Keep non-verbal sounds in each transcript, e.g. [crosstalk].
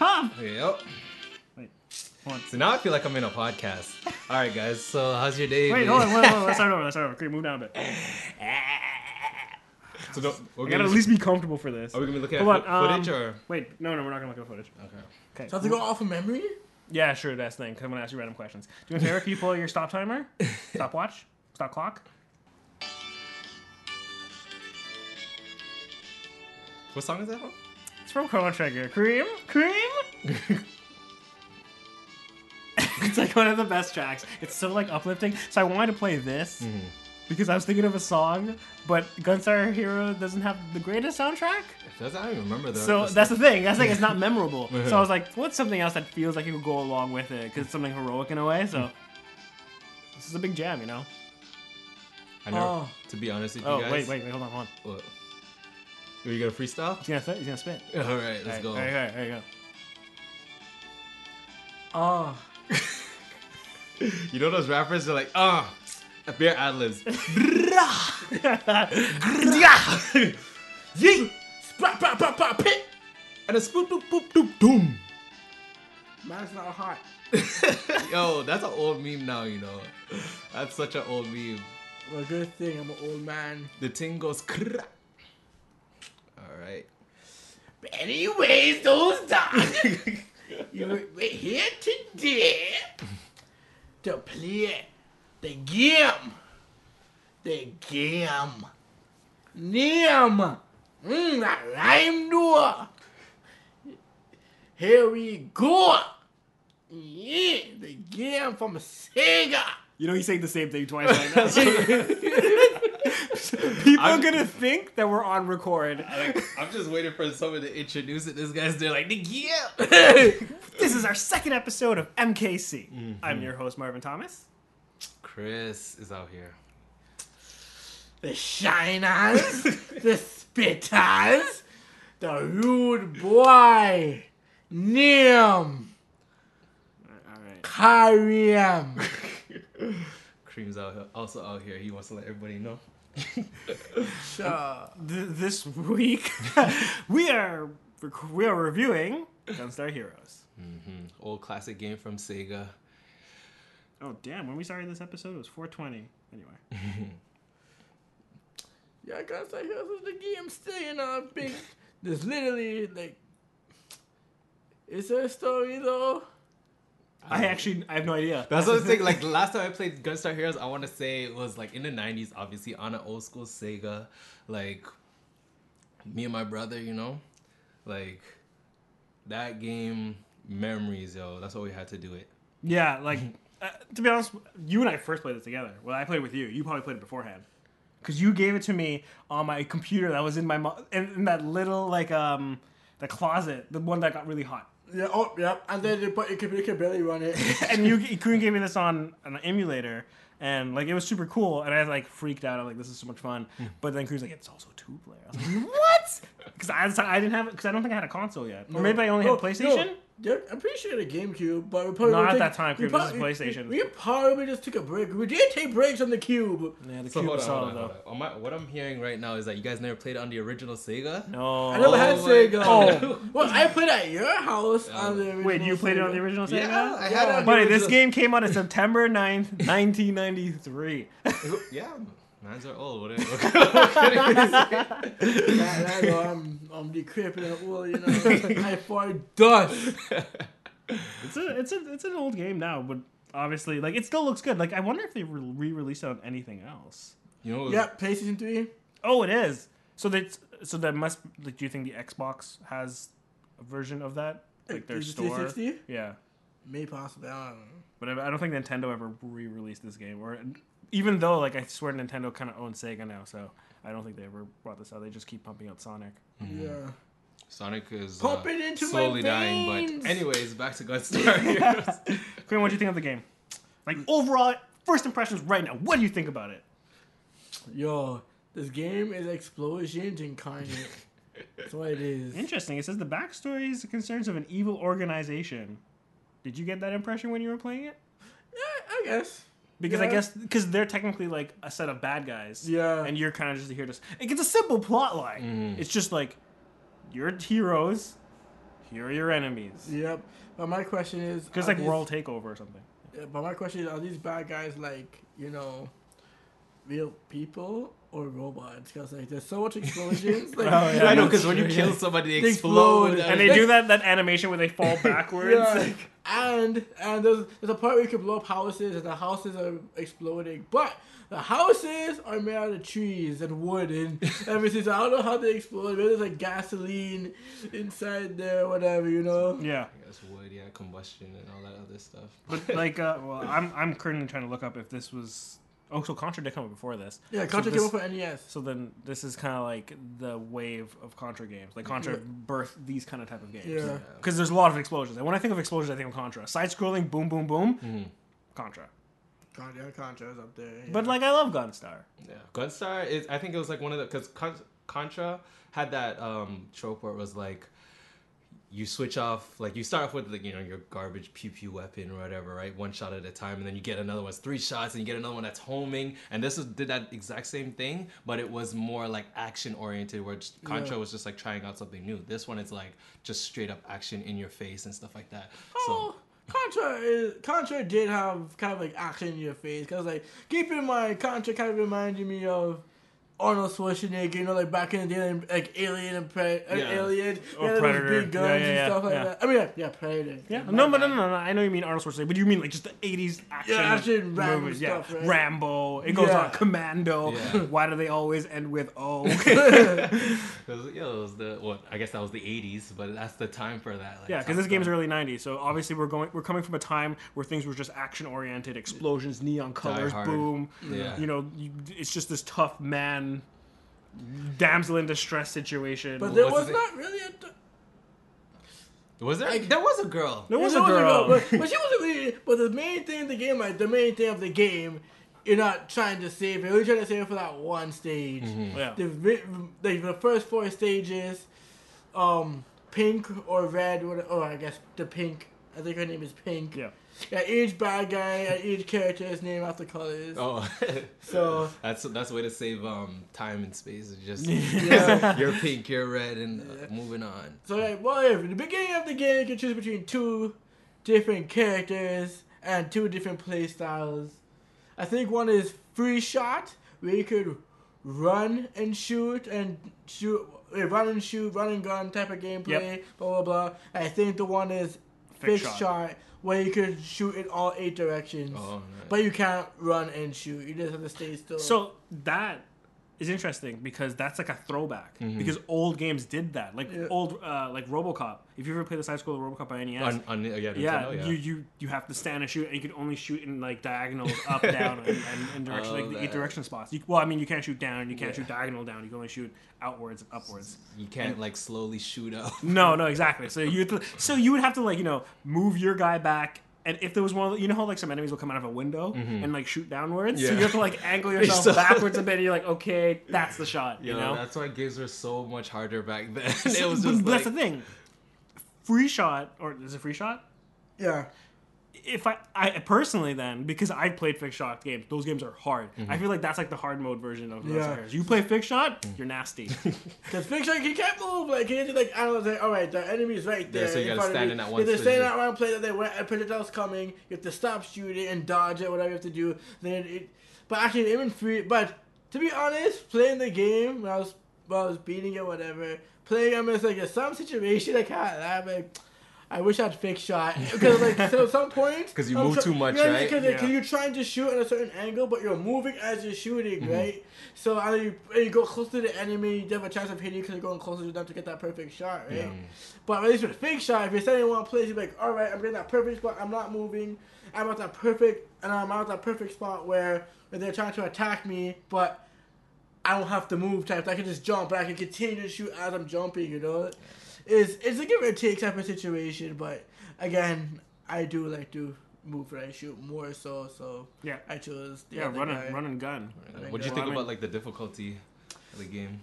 Yep. Wait, hold on. So now I feel like I'm in a podcast. All right, guys. So how's your day? Wait, been? hold on, wait, wait, wait, let's start over, let's start over. Okay, move down a bit. I So don't, we're gotta gonna, at least be comfortable for this. are we gonna be looking at Hold fo- on, footage um, or? Oh. Wait, no, no, we're not gonna look at footage. Okay. Okay. So I have to go off of memory? Yeah, sure, that's the thing, because I'm gonna ask you random questions. Do you want to if you pull your stop [laughs] timer? Stopwatch? Stop clock? What song is that from? It's from Chrono Trigger. Cream? [laughs] Cream? it's like one of the best tracks. It's so like uplifting. So I wanted to play this Mm-hmm. because I was thinking of a song, but Gunstar Hero doesn't have the greatest soundtrack. Does I don't even remember that. So that's the thing. That's like it's not memorable. So I was like, what's something else that feels like it could go along with it? Because it's something heroic in a way. So this is a big jam, you know. I never, Oh. To be honest with you Oh guys. wait, wait, wait, hold on, hold on. What? Are you gonna freestyle? [laughs] He's gonna, fit, he's gonna spit. All right, let's Alright, go. alright, alright, there you go. Oh. [laughs] You know those rappers are like, ah, uh, bare ad [laughs] libs. [laughs] yeah, Yeet! Splat, pop, pop, pop, pit! and a spoop doop boop doop doom. Mine's not hot. [laughs] Yo, that's an old meme now. You know, that's such an old meme. Well, good thing I'm an old man. The ting goes. Krrr. All right. But anyways, those [laughs] dogs, you we're here today to play the game. The game. Name. Mmm, that rhyme door. Here we go. Yeah, the game from Sega. You know, he's saying the same thing twice right [laughs] now. People I'm- are gonna think that we're on record. Like, [laughs] I'm just waiting for someone to introduce it. This guy's there, like, "Nigga, yeah. [laughs] This is our second episode of MKC. Mm-hmm. I'm your host, Marvin Thomas. Chris is out here. [laughs] The shiners, the spitters, the rude boy, Nim. All right. carry him. [laughs] Cream's out here, also out here. He wants to let everybody know. So, Th- this week, [laughs] we are rec- we are reviewing Gunstar Heroes. Old classic game from Sega. Oh damn! When we started this episode, it was 4:20. Anyway, yeah, I gotta say, this is the game still, you know, I think there's literally, like, is there a story, though? I actually I have no idea. That's what I'm saying. Like the last time I played Gunstar Heroes, I want to say it was like in the '90s, obviously on an old school Sega. Like me and my brother, you know, like that game memories, yo. That's what we had to do it. Yeah, like Mm-hmm. uh, to be honest, you and I first played this together. Well, I played with you. You probably played it beforehand because you gave it to me on my computer that was in my mo- in, in that little like um the closet, the one that got really hot. [laughs] Yeah, oh, yep. And then they put, you could, you could barely run it. And you, you couldn't give me this on an emulator. And like it was super cool, and I like freaked out. I'm like, this is so much fun. Hmm. But then Cruz like, it's also two player. I was like, what? [laughs] Because I, I didn't have because I don't think I had a console yet, or [laughs] maybe I only Oh, had Oh, No, PlayStation. no, yeah, I'm pretty sure the GameCube, but we probably Not we at take- that time, we Crib, this is prob- we- PlayStation. We, we probably just took a break. We did take breaks on the cube. Yeah, the So cube hold was on, hold solid on, though. hold on. Oh, my- what I'm hearing right now is that you guys never played on the original Sega. No, I never had Oh my Sega. God. [laughs] Well, I played at your house on the original Wait, you played it on the Sega. original Sega? oh, Yeah, I had it on [laughs] the Buddy, this original- game came out on September 9th, [laughs] 1993. Yeah, mines are old. [laughs] What, are- what can I say? Yeah, I know, I'm, I'm decrepit and old, [laughs] you know. I fought dust. it's a, it's a, it's an old game now, but obviously, like, it still looks good. Like, I wonder if they re-released it on anything else. [laughs] You know, Yep, PlayStation 3. Oh, it is. So that, so that must. Like, do you think the Xbox has a version of that, like their Is it store? 360? Yeah, May possibly. I don't know. but I, I don't think Nintendo ever re-released this game, or even though, like, I swear Nintendo kind of owns Sega now, so I don't think they ever brought this out. They just keep pumping out Sonic. Mm-hmm. Yeah. Sonic is uh, Pump it into my slowly dying. veins. But anyways, back [laughs] to Gunstar Heroes. Kareem, what do you think of the game? Like overall, first impressions right now. What do you think about it? Yo, this game is explosions incarnate. That's what it is. Interesting. It says the backstory is the concerns of an evil organization. Did you get that impression when you were playing it? Yeah, I guess. Because I Yeah. guess because they're technically like a set of bad guys. Yeah. And you're kind of just here to. s- Like, it's a simple plot line. It's just like you're heroes. You're your enemies. Yep. But my question is, Because are like these- world takeover or something. yeah, But my question is, are these bad guys like you know, real people or robots? Because like [laughs] there's so much explosions. like, Oh, yeah. I know that's because when you true, kill yeah. somebody, they, They explode, explode. And Yeah. they do that that animation where they [laughs] fall backwards. Yeah, and and there's, there's a part where you can blow up houses and the houses are exploding, but the houses are made out of trees and [laughs] wood and everything. So I don't know how they explode. Maybe there's like gasoline inside there, whatever you know. yeah. I guess wood, yeah, combustion and all that other stuff. But like, uh, well, I'm I'm currently trying to look up if this was. Oh, so Contra did come up before this. Yeah, so Contra this, came up E for NES. So then this is kind of like the wave of Contra games. Like Contra Yeah. birthed these kind of type of games. Yeah. Because there's a lot of explosions, and when I think of explosions, I think of Contra. Side scrolling, boom, boom, boom, Hmm. Contra. Contra, Contra is up there. yeah. But like, I love Gunstar. Yeah, Gunstar is. I think it was like one of the because Contra had that um trope where it was like you switch off like you start off with like you know your garbage pew pew weapon or whatever right one shot at a time and then you get another one's three shots and you get another one that's homing and this was, did that exact same thing but it was more like action oriented where just- contra Yeah. was just like trying out something new this one is like just straight up action in your face and stuff like that Oh, Contra is Contra did have kind of like action in your face because like keep in mind Contra kind of reminded me of Arnold Schwarzenegger, you know, like back in the day, like, like Alien and Pre- uh, Yeah. Alien, Or yeah, those Predator. big guns Yeah, yeah, yeah, and stuff like yeah. that. I mean, yeah, yeah Predator. Yeah. My No, but no, bad. no, no, no. I know you mean Arnold Schwarzenegger, but you mean like just the '80s action, Yeah, action Rambo stuff, yeah, right? Rambo. It goes Yeah. on Commando. Yeah. Why do they always end with oh, O? so it was, yeah, it was the well i guess that was the 80s but that's the time for that like, Yeah, because this Contra- game's early '90s, so obviously we're going, we're coming from a time where things were just action-oriented, explosions, neon colors, Hard. boom. Yeah. You know, you, it's just this tough man, damsel in distress situation. But there What's was his not really a. th- was there Like- there was a girl there was there a girl. [laughs] but, [laughs] but she wasn't really. But the main thing in the game, like the main thing of the game, you're not trying to save her. You're trying to save her for that one stage. yeah. the vi- like the first four stages, um, pink or red, what? Oh, I guess the pink. I think her name is Pink. Yeah. Yeah, each bad guy and each character is named after colors. Oh, [laughs] So that's that's a way to save um time and space. [laughs] It's just [laughs] Yeah. you're pink, you're red, and uh, moving on. so like, well, if in the beginning of the game, you can choose between two different characters and two different play styles. I think one is free shot, where you could run and shoot and shoot, eh, run and shoot, run and gun type of gameplay, blah blah blah. I think the one is Fixed fixed shot. shot. where you could shoot in all eight directions, Oh, nice. but you can't run and shoot. You just have to stay still. So that is interesting because that's like a throwback Mm-hmm. because old games did that. Like Yeah. old, uh, like RoboCop. If you ever played the side scroll RoboCop on NES, on, on, yeah, yeah, Nintendo, yeah. you you you have to stand and shoot, and you can only shoot in like [laughs] diagonals up, down, and, and, and direction, Oh, like the eight that. direction spots. You, well, I mean, you can't shoot down, you can't Yeah. shoot diagonal down. You can only shoot outwards and upwards. You can't like slowly shoot [laughs] up. No, no, exactly. So you have to, so you would have to like you know move your guy back. And if there was one, of the- you know how like some enemies will come out of a window and like shoot downwards, so Mm-hmm. Yeah. you have to like [laughs] angle You're yourself so- backwards a bit. And you're like, okay, that's the shot. You Yo, know, that's why games were so much harder back [laughs] [laughs] then. it So- was but just that's like, the thing. Free shot, or is it free shot? yeah, if I, I personally then because I played fixed shot games, those games are hard. I feel like that's like the hard mode version of those Mm-hmm. Yeah. Mm. games. You play fixed shot, you're [laughs] nasty. Cause Big Shark, he can't move. Like he just like I was like, all right, the enemy's right Yeah, there. so you in gotta front of stand me. in that one If they're standing position. out around play that they went, a projectile's coming. You have to stop shooting and dodge it, whatever you have to do. Then it, but actually, even free. But to be honest, playing the game when I was when I was beating it, whatever. Playing him is like in some situation I can't. I'm like. I wish I'd [laughs] fix shot because like so at some point 'Cause you I'm move try- too much, you know what I mean? right? 'Cause, like, Yeah. you're trying to shoot at a certain angle, but you're moving as you're shooting, Mm-hmm. right? So and you, and you go close to the enemy, you have a chance of hitting because you're going closer to them to get that perfect shot, right? But at least with a fake shot, if you're standing in one place, you're like, all right, I'm getting that perfect spot. I'm not moving. I'm at that perfect, and I'm at that perfect spot where they're trying to attack me, but I don't have to move type. I can just jump, and I can continue to shoot as I'm jumping. You know, it's it's a give or take type of situation. But again, I do like to move and I shoot more so. So yeah, I chose the yeah, other run guy. and run and gun. What do you Well, think I mean- [laughs] about like the difficulty of the game?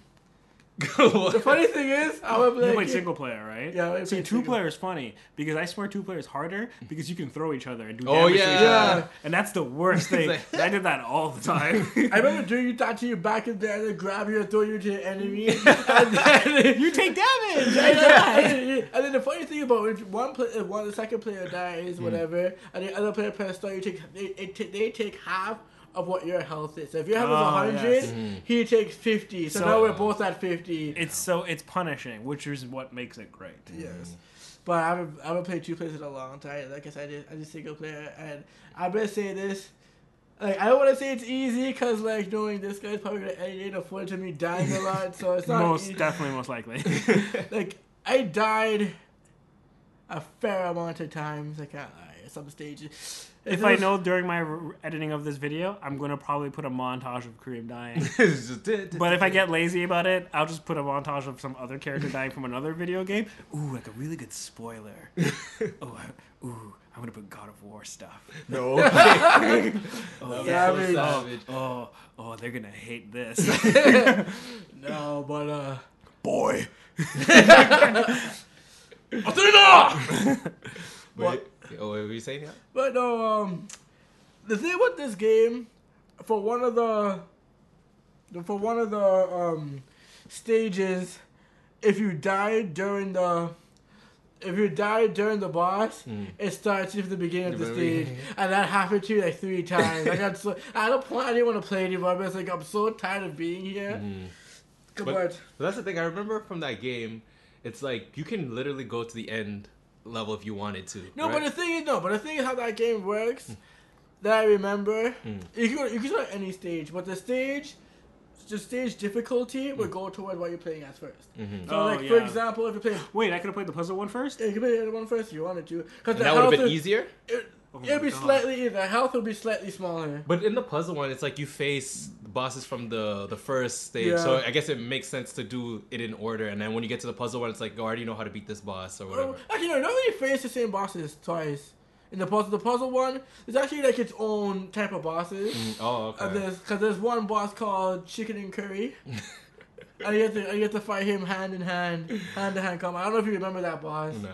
The [laughs] funny thing is, I would You play. played single player, right? Yeah, I played See, two single. player is funny because I swear two player is harder because you can throw each other and do Oh, damage to yeah. each Yeah. other, and that's the worst [laughs] thing. like- I did that all the time. [laughs] I remember doing that to you back in there and then grab you and throw you to [laughs] the enemy. and then, you take damage. I die. and then the funny thing about if one play, if one the second player Hmm. dies, whatever, and the other player press star, you take they, they, ta- they take half of what your health is. So if your health Oh, is hundred, yes. he takes fifty. So, So- now we're both at fifty. It's so it's punishing, which is what makes it great. Yes. But I haven't, I haven't played two players in a long time. Like I said, I did, I did single player. And I better say this. Like, I don't want to say it's easy because, like, knowing this guy's probably going to edit a footage of me dying a lot. So it's not most easy. definitely, most likely. [laughs] Like, I died a fair amount of times. I can't lie. At some stages. if I know during my r- editing of this video, I'm gonna probably put a montage of Kareem dying. [laughs] It's just it. But if I get lazy about it, I'll just put a montage of some other character dying from another video game. Ooh, like a really good [laughs] spoiler. oh, I, ooh, I'm gonna put God of War [laughs] stuff. [laughs] no. [laughs] Oh, yeah. That's so Savage. savage. oh, oh, they're gonna hate this. [laughs] No, but, uh. Boy, Wait, oh, wait, were you saying that? But um, the thing with this game, for one of the, for one of the um, stages, if you die during the, if you die during the boss, it starts you from the beginning of the The very stage, and that happened to me like three times. I got so I don't plan. I didn't want to play anymore. But it's like I'm so tired of being here. Come on. But that's the thing. I remember from that game, it's like you can literally go to the end level if you wanted to. No, but the thing is, no, but the thing is how that game works that I remember, Mm. you can go, you can start any stage, but the stage, the stage difficulty Mm. would go toward what you're playing at 1st Mm-hmm. So, Oh, like for yeah. example, if you play, wait, I could have played the puzzle one first. you can play the other one first if you wanted to, because And the that would have health been is- easier. It, Oh my it'd be God. slightly [laughs] the health would be slightly smaller. But in the puzzle one, it's like you face bosses from the the first stage, Yeah. so I guess it makes sense to do it in order. And then when you get to the puzzle one, it's like, oh, I already know how to beat this boss or whatever. Oh, actually, no, you don't really face the same bosses twice. In the puzzle, the puzzle one, it's actually like its own type of bosses. Oh, okay. Uh, there's because there's one boss called Chicken and Curry, and you have to and you have to fight him hand in hand, hand to hand combat. I don't know if you remember that boss. [laughs] Nah,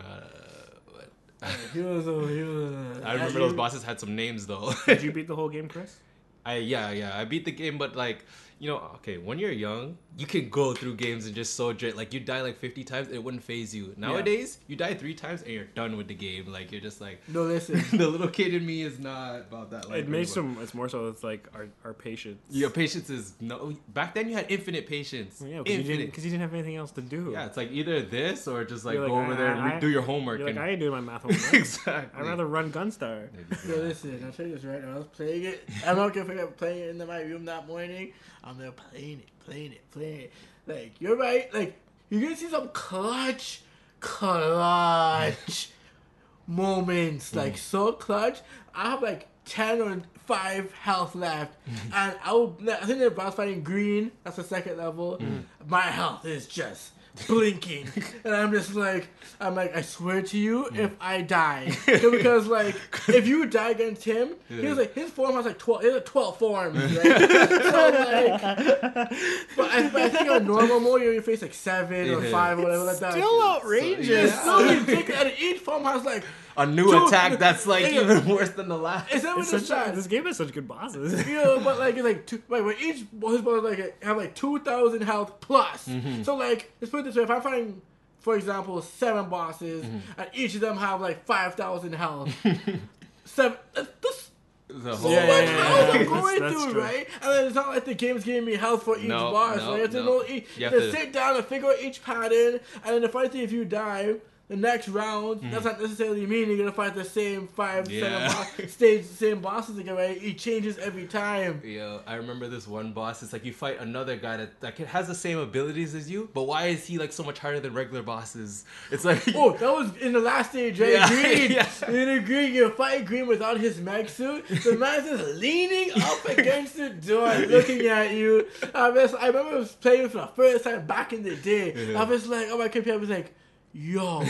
He was a, he was. a- I remember you- those bosses had some names though. [laughs] Did you beat the whole game, Chris? I yeah yeah I beat the game, but like you know okay when you're young you can go through games and just soldier it. Like you die like 50 times, it wouldn't phase you. Nowadays you die three times and you're done with the game. Like you're just like [laughs] No, listen. the little kid in me is not about that. Like it makes anymore. them. It's more so. It's like our our patience. Your patience is no. Back then you had infinite patience. Yeah, because you, didn't- infinite. 'cause you didn't have anything else to do. Yeah, it's like either this or just like You're go like, over I- there and I- re- do your homework. You're like, and... [laughs] I ain't doing my [laughs] math homework. exactly. I'd rather run Gunstar. No, listen. I'll tell you this right now. I was playing it. I'm not gonna forget playing it in my room that morning. I'm there playing it, playing it, playing it. Like you're right. Like you're gonna see some clutch, clutch moments. Like so clutch. I have like ten or five health left, and I will. I think the boss fighting green. That's the second level. My health is just. Blinking, and I'm just like, I'm like, I swear to you, if I die, because like, if you die against him, he was like, his form has like twelve, he has like twelve forms, right? so like, but I, but I think on normal mode, you face like seven or Yeah. five or whatever like that. Still outrageous. So, yeah. [laughs] It's so ridiculous. And each form has like, A new Dude, attack [laughs] that's like yeah. even worse than the last. is that what It's it's such a, this like? game has such good bosses. You know, but like it's like two, like when each boss boss like have like two thousand health plus. So like let's put it this way: if I'm fighting, for example, seven bosses, and each of them have like five thousand health, seven. That's, that's The so whole Yeah, yeah, much yeah, [laughs] health yeah. I'm going That's- that's through, true. right? And then it's not like the game's giving me health for each No, boss. no, like, I have to no. know each, You have e- to, to- sit down and figure out each pattern. And then the funny thing, if you die, the next round does not necessarily mean you're gonna fight the same five, Yeah. seven boss, stage, same bosses again, right? It changes every time. Yo, I remember this one boss. It's like you fight another guy that like has the same abilities as you, but why is he like so much harder than regular bosses? It's like [laughs] Oh, [laughs] that was in the last stage, right? Yeah, [laughs] Green. yeah. In the green, you fight Green without his mech suit. [laughs] The man's just leaning up against the door, looking at you. I, was, I remember I was playing for the first time back in the day. I was like, oh my computer was like, [laughs] yo,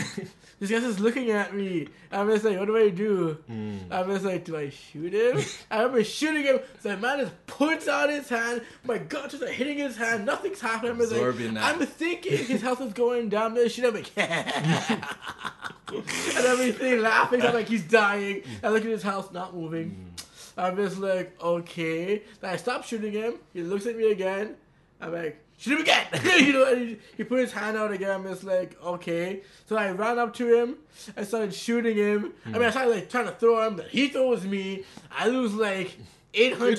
this guy's just looking at me. I'm just like, what do I do? Hmm. I'm just like, do I shoot him? [laughs] I remember shooting him. So the man just puts out his hand. My guts just like hitting his hand. Nothing's happening. I'm, just Absorbing like, that. I'm thinking his health is going down. I'm gonna shoot him. I'm [laughs] like, [laughs] and everything laughing. I'm like, he's dying. I look at his house not Hmm. moving. I'm just like, okay. Then I stop shooting him. He looks at me again. I'm like, shoot him again. [laughs] you know, and he, he put his hand out again. I'm just like, okay. So I ran up to him. I started shooting him. I mean, I started like trying to throw him, but he throws me. I lose like 800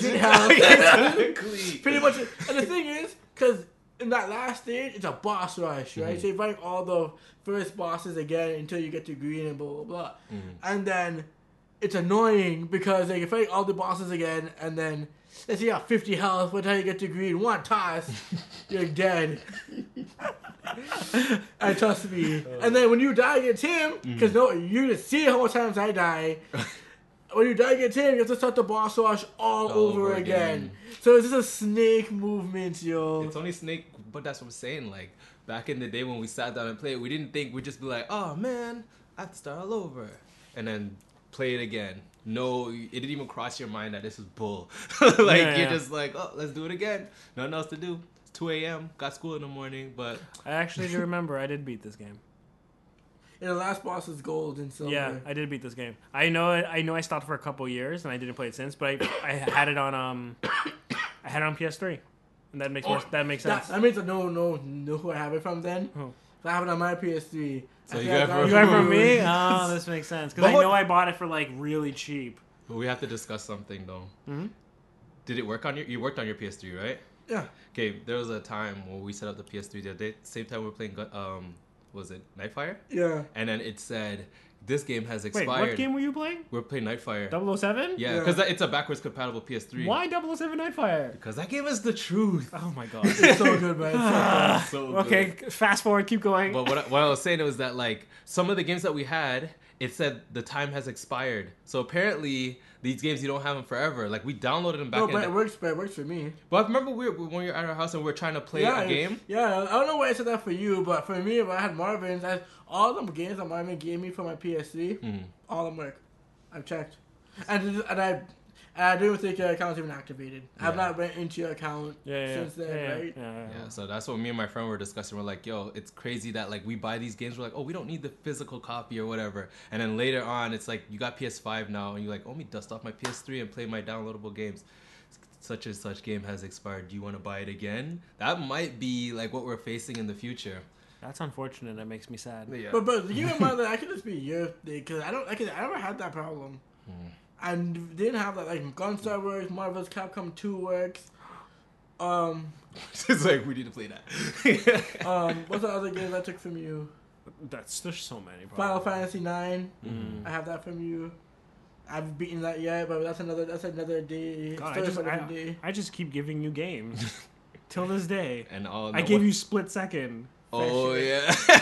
[laughs] health. exactly. Pretty much. And the thing is, because in that last stage, it's a boss rush, right? So you fight all the first bosses again until you get to green and blah, blah, blah. And then it's annoying because like, you fight all the bosses again and then. Let's see, you got 50 health. By the time you get to green, one toss, you're dead. and trust me. And then when you die against him, because no, you just see how many times I die. when you die against him, you have to start the boss rush all, over, over again. again. So it's just a snake movement, yo. It's only Snake, but that's what I'm saying. Like back in the day when we sat down and played, we didn't think we'd just be like, "Oh man, I have to start all over," and then play it again. No, it didn't even cross your mind that this is bull. [laughs] like Yeah, you're yeah. just like, "Oh, let's do it again." Nothing else to do. It's 2 a.m. Got school in the morning, but [laughs] I actually do remember I did beat this game. and the last boss is gold and silver. Yeah, I did beat this game. I know it, I know I stopped for a couple years and I didn't play it since, but I, I had it on um I had it on PS3. And that makes more, Oh, that makes sense. That, that means I know, know, know who I have it from then. Who? I have it on my PS3. So I you think got it I from- you got it from from me? Oh, this makes sense cuz I But what- know I bought it for like really cheap. but we have to discuss something though. Mhm. Did it work on your? You worked on your PS3, right? Yeah. Okay, there was a time when we set up the PS3 the other day. Same time we were playing, Gun- um, was it Nightfire? Yeah. and then it said this game has Wait, expired. what game were you playing? We're playing Nightfire. 007? yeah, Yeah. because it's a backwards compatible PS3. Why 007 Nightfire? Because that game is the truth. Oh my god. It's so good, man. [laughs] It's so Ah, So [laughs] good. okay, fast forward, keep going. But what I, what I was saying was that like some of the games that we had, it said the time has expired. So apparently these games you don't have them forever. Like we downloaded them back. good. in no, but the- it works. But it works for me. but I remember we were, when we were at our house and we were trying to play yeah, a game. Yeah, I don't know why I said that for you, but for me, if I had Marvin's, I, all them games that Marvin gave me for my PS3, Hmm. all them work. I've checked, and and I. And I don't even think your account's even activated. Yeah. I've not went into your account yeah, yeah, since then, yeah, yeah, right? yeah, yeah. Yeah, so that's what me and my friend were discussing. We're like, yo, it's crazy that like we buy these games. We're like, oh, we don't need the physical copy or whatever. And then later on, it's like you got PS5 now, and you're like, oh, let me dust off my PS3 and play my downloadable games. Such and such game has expired. Do you want to buy it again? That might be like what we're facing in the future. That's unfortunate. That makes me sad. Yeah. But but keep in mind that I could just be your thing because I don't I could, I never had that problem. Hmm. And didn't have that like Gunstar works, Marvel's Capcom Two works. Um, [laughs] it's like we need to play that. [laughs] um, what's the other games I took from you? That's there's so many. Final probably. Fantasy Nine. I have that from you. I've beaten that yet, but that's another that's another day. God, I Story just for another I, day. I just keep giving you [laughs] games till this day. and all I gave you split second. Oh yeah. [laughs] [laughs]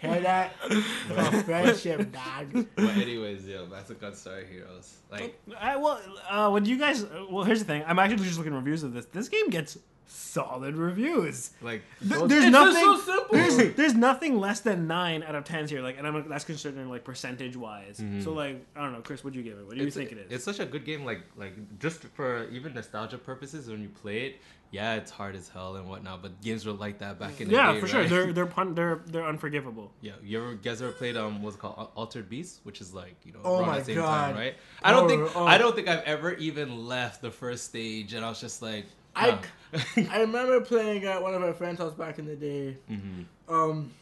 Hear that? For friendship, dog. but anyways, yo, that's a good story, heroes. Like. I well, uh, when you guys, well, here's the thing. I'm actually just looking at reviews of this. This game gets solid reviews. Like Th- those- there's It's just nothing. so simple. There's, there's nothing less than nine out of tens here. Like, and I'm, that's considering like percentage wise. So like, I don't know, Chris, what'd you give it? What do you Mm-hmm. it's- think it is? It's such a good game, like like just for even nostalgia purposes. When you play it, yeah, it's hard as hell and whatnot. But games were like that back in the yeah, day. for sure. right? They're they're pun- they're they're unforgivable. yeah, you ever guys ever played um what's it called Al- Altered Beast, which is like you know Oh around my the same God. time, right? I don't think Oh, oh. I don't think I've ever even left the first stage, and I was just like, I- [laughs] huh. I remember playing at one of our friends' house back in the day. Mm-hmm. Um,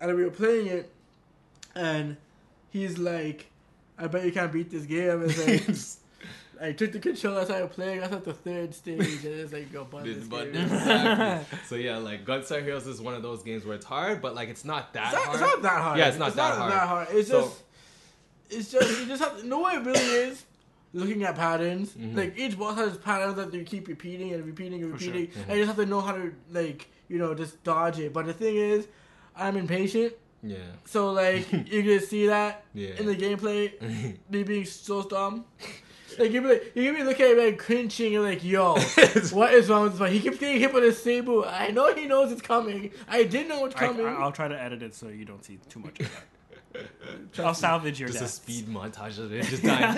and we were playing it, and he's like, "I bet you can't beat [laughs] this game." [laughs] It's [laughs] like, I took the controller, I started playing. I was at the third stage, and it's like, "Yo, bud, this Did- but game is- It's [laughs] exactly. so yeah, like Gunstar Heroes is one of those games where it's hard, but like it's not that not, hard. it's not that hard. Yeah, it's not that hard. It's So- just, it's just, you just have to know what it really is. Looking at patterns, Mm-hmm. like each boss has patterns that you keep repeating and repeating and For sure. repeating. Mm-hmm. And you just have to know how to, like, you know, just dodge it. But the thing is, I'm impatient. Yeah. [laughs] So like you can see that Yeah. Mm. in the gameplay, me being so dumb. Like you be like you be looking at it like cringing and like, yo, what is wrong with this? But he keeps getting hit with a Cebu. I know he knows it's coming. I did know it's I, coming. will try to edit it so you don't see too much. Of that. I'll Trust salvage your Just a death. [laughs] speed montage of it just dying.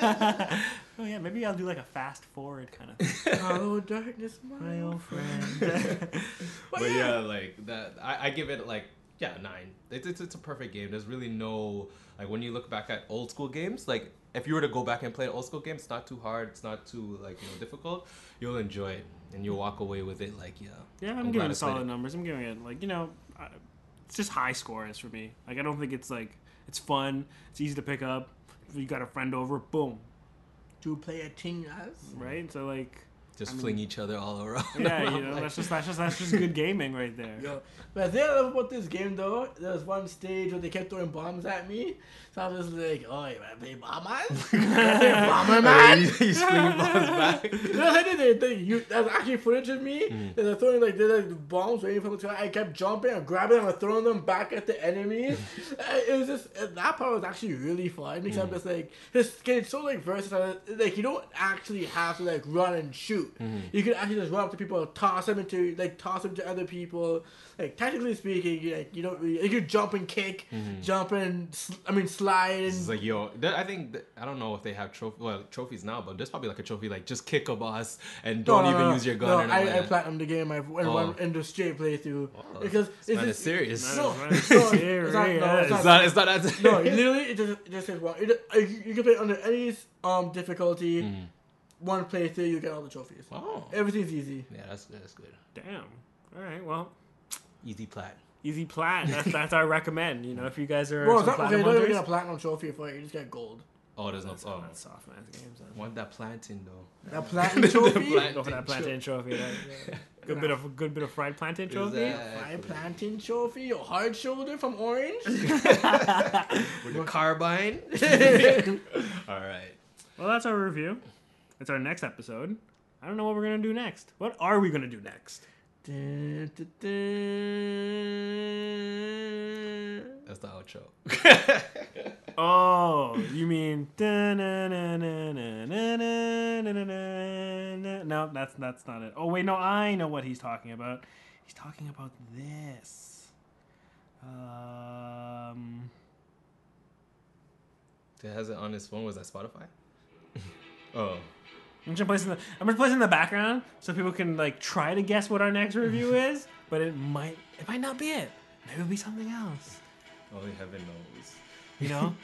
oh yeah, maybe I'll do like a fast forward kind of. Hello, darkness, my My old old friend. friend. [laughs] But, but yeah. yeah, like that, I, I give it like yeah nine. It's, it's it's a perfect game. There's really no like when you look back at old school games. Like if you were to go back and play an old school game, it's not too hard. It's not too like you know difficult. You'll enjoy it and you'll walk away with it like yeah. yeah, I'm, I'm glad I giving played it solid it. numbers. I'm giving it like you know, I, it's just high scores for me. Like I don't think it's like it's fun. It's easy to pick up. If you got a friend over, boom, Do play a ting as? right? So [laughs] like, Just I mean- fling each other all around. [laughs] yeah, you I'm know, like- that's just that's just that's just good gaming right there. Yo, but the thing I love about this game though, there was one stage where they kept throwing bombs at me, so I was just like, "Oh, you wanna play [laughs] bombers? You wanna play bomber Yeah, [laughs] man?" you, [laughs] you spring bombs back. [laughs] No, I did they, you, there's actually footage of me. And they're throwing like there's like bombs waiting for me to. I kept jumping and grabbing them and throwing them back at the enemy. Uh, it was just uh, that part was actually really fun because I'm just like his skin's so like versatile. uh, Like you don't actually have to like run and shoot. You can actually just run up to people, toss them into like toss them to other people. Like technically speaking, you like you don't really you can jump and kick, jump and sl- I mean slide. It's And, like yo, th- I think th- I don't know if they have trophy well trophies now, but there's probably like a trophy like just kick a boss and don't even use your gun. No, or nothing I, I like that. platinum the game. I in, Oh. one, in the straight playthrough because this it's man just, is serious. No, Man no, is it's not, serious. no, it's It's not. It's not that. [laughs] no, literally, it just it just says one. It, uh, you you can play under any um difficulty. One playthrough, you get all the trophies. [laughs] Hmm. Oh. Everything's easy. Yeah, that's that's good. Damn. All right. Well, Easy plat. easy plat. That's, that's our recommend. You know, if you guys are Bro, it's some not, okay, platinum you don't even hunters- get a platinum trophy for it. You just get gold. Oh, there's no. That's Oh, not soft man's games. Though. want that planting though? That [laughs] platinum trophy. plat- Go for that plantain Plantain trophy. That, [laughs] yeah. Good bit of good bit of fried plantain trophy. My planting trophy, your hard shoulder from [laughs] Orange. [laughs] With the carbine. [laughs] All right. Well, that's our review. It's our next episode. I don't know what we're gonna do next. What are we gonna do next? Dun, dun, dun. That's the outro. Oh, you mean? [laughs] No, that's that's not it. Oh wait, no, I know what he's talking about. He's talking about this. Um, It has it on his phone. Was that Spotify? [laughs] oh. I'm just placing the I'm just placing the background so people can like try to guess what our next review is, but it might it might not be it. Maybe it'll be something else. Only heaven knows. you know?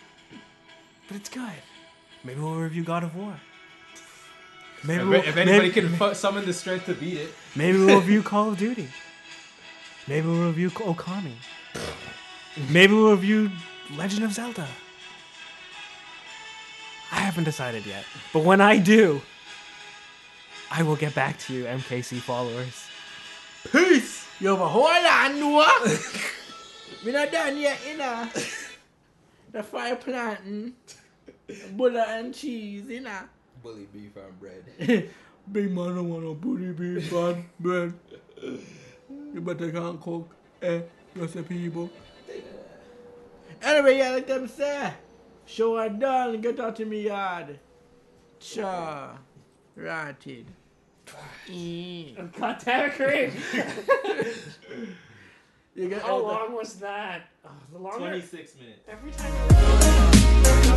[laughs] but it's good. Maybe we'll review God of War. Maybe If, we'll, if anybody maybe, can fu- summon the strength to beat it, maybe we'll review Call of Duty. Maybe we'll review Okami. maybe we'll review Legend of Zelda. I haven't decided yet, but when I do, I will get back to you, MKC followers. peace. Yo, but hold on, Noah. [laughs] We're not done yet, you [laughs] know. The fire planting, butter and cheese, you know. Bully beef and bread. [laughs] Big man don't want no booty beef, bad bread. You better can't cook, eh? Just the people. Anyway, yeah, like them say. Show her done, get out to me yard. Cha. Rotted. Eh. God damn it, You get was that? Oh, the longer 26 minutes. every time.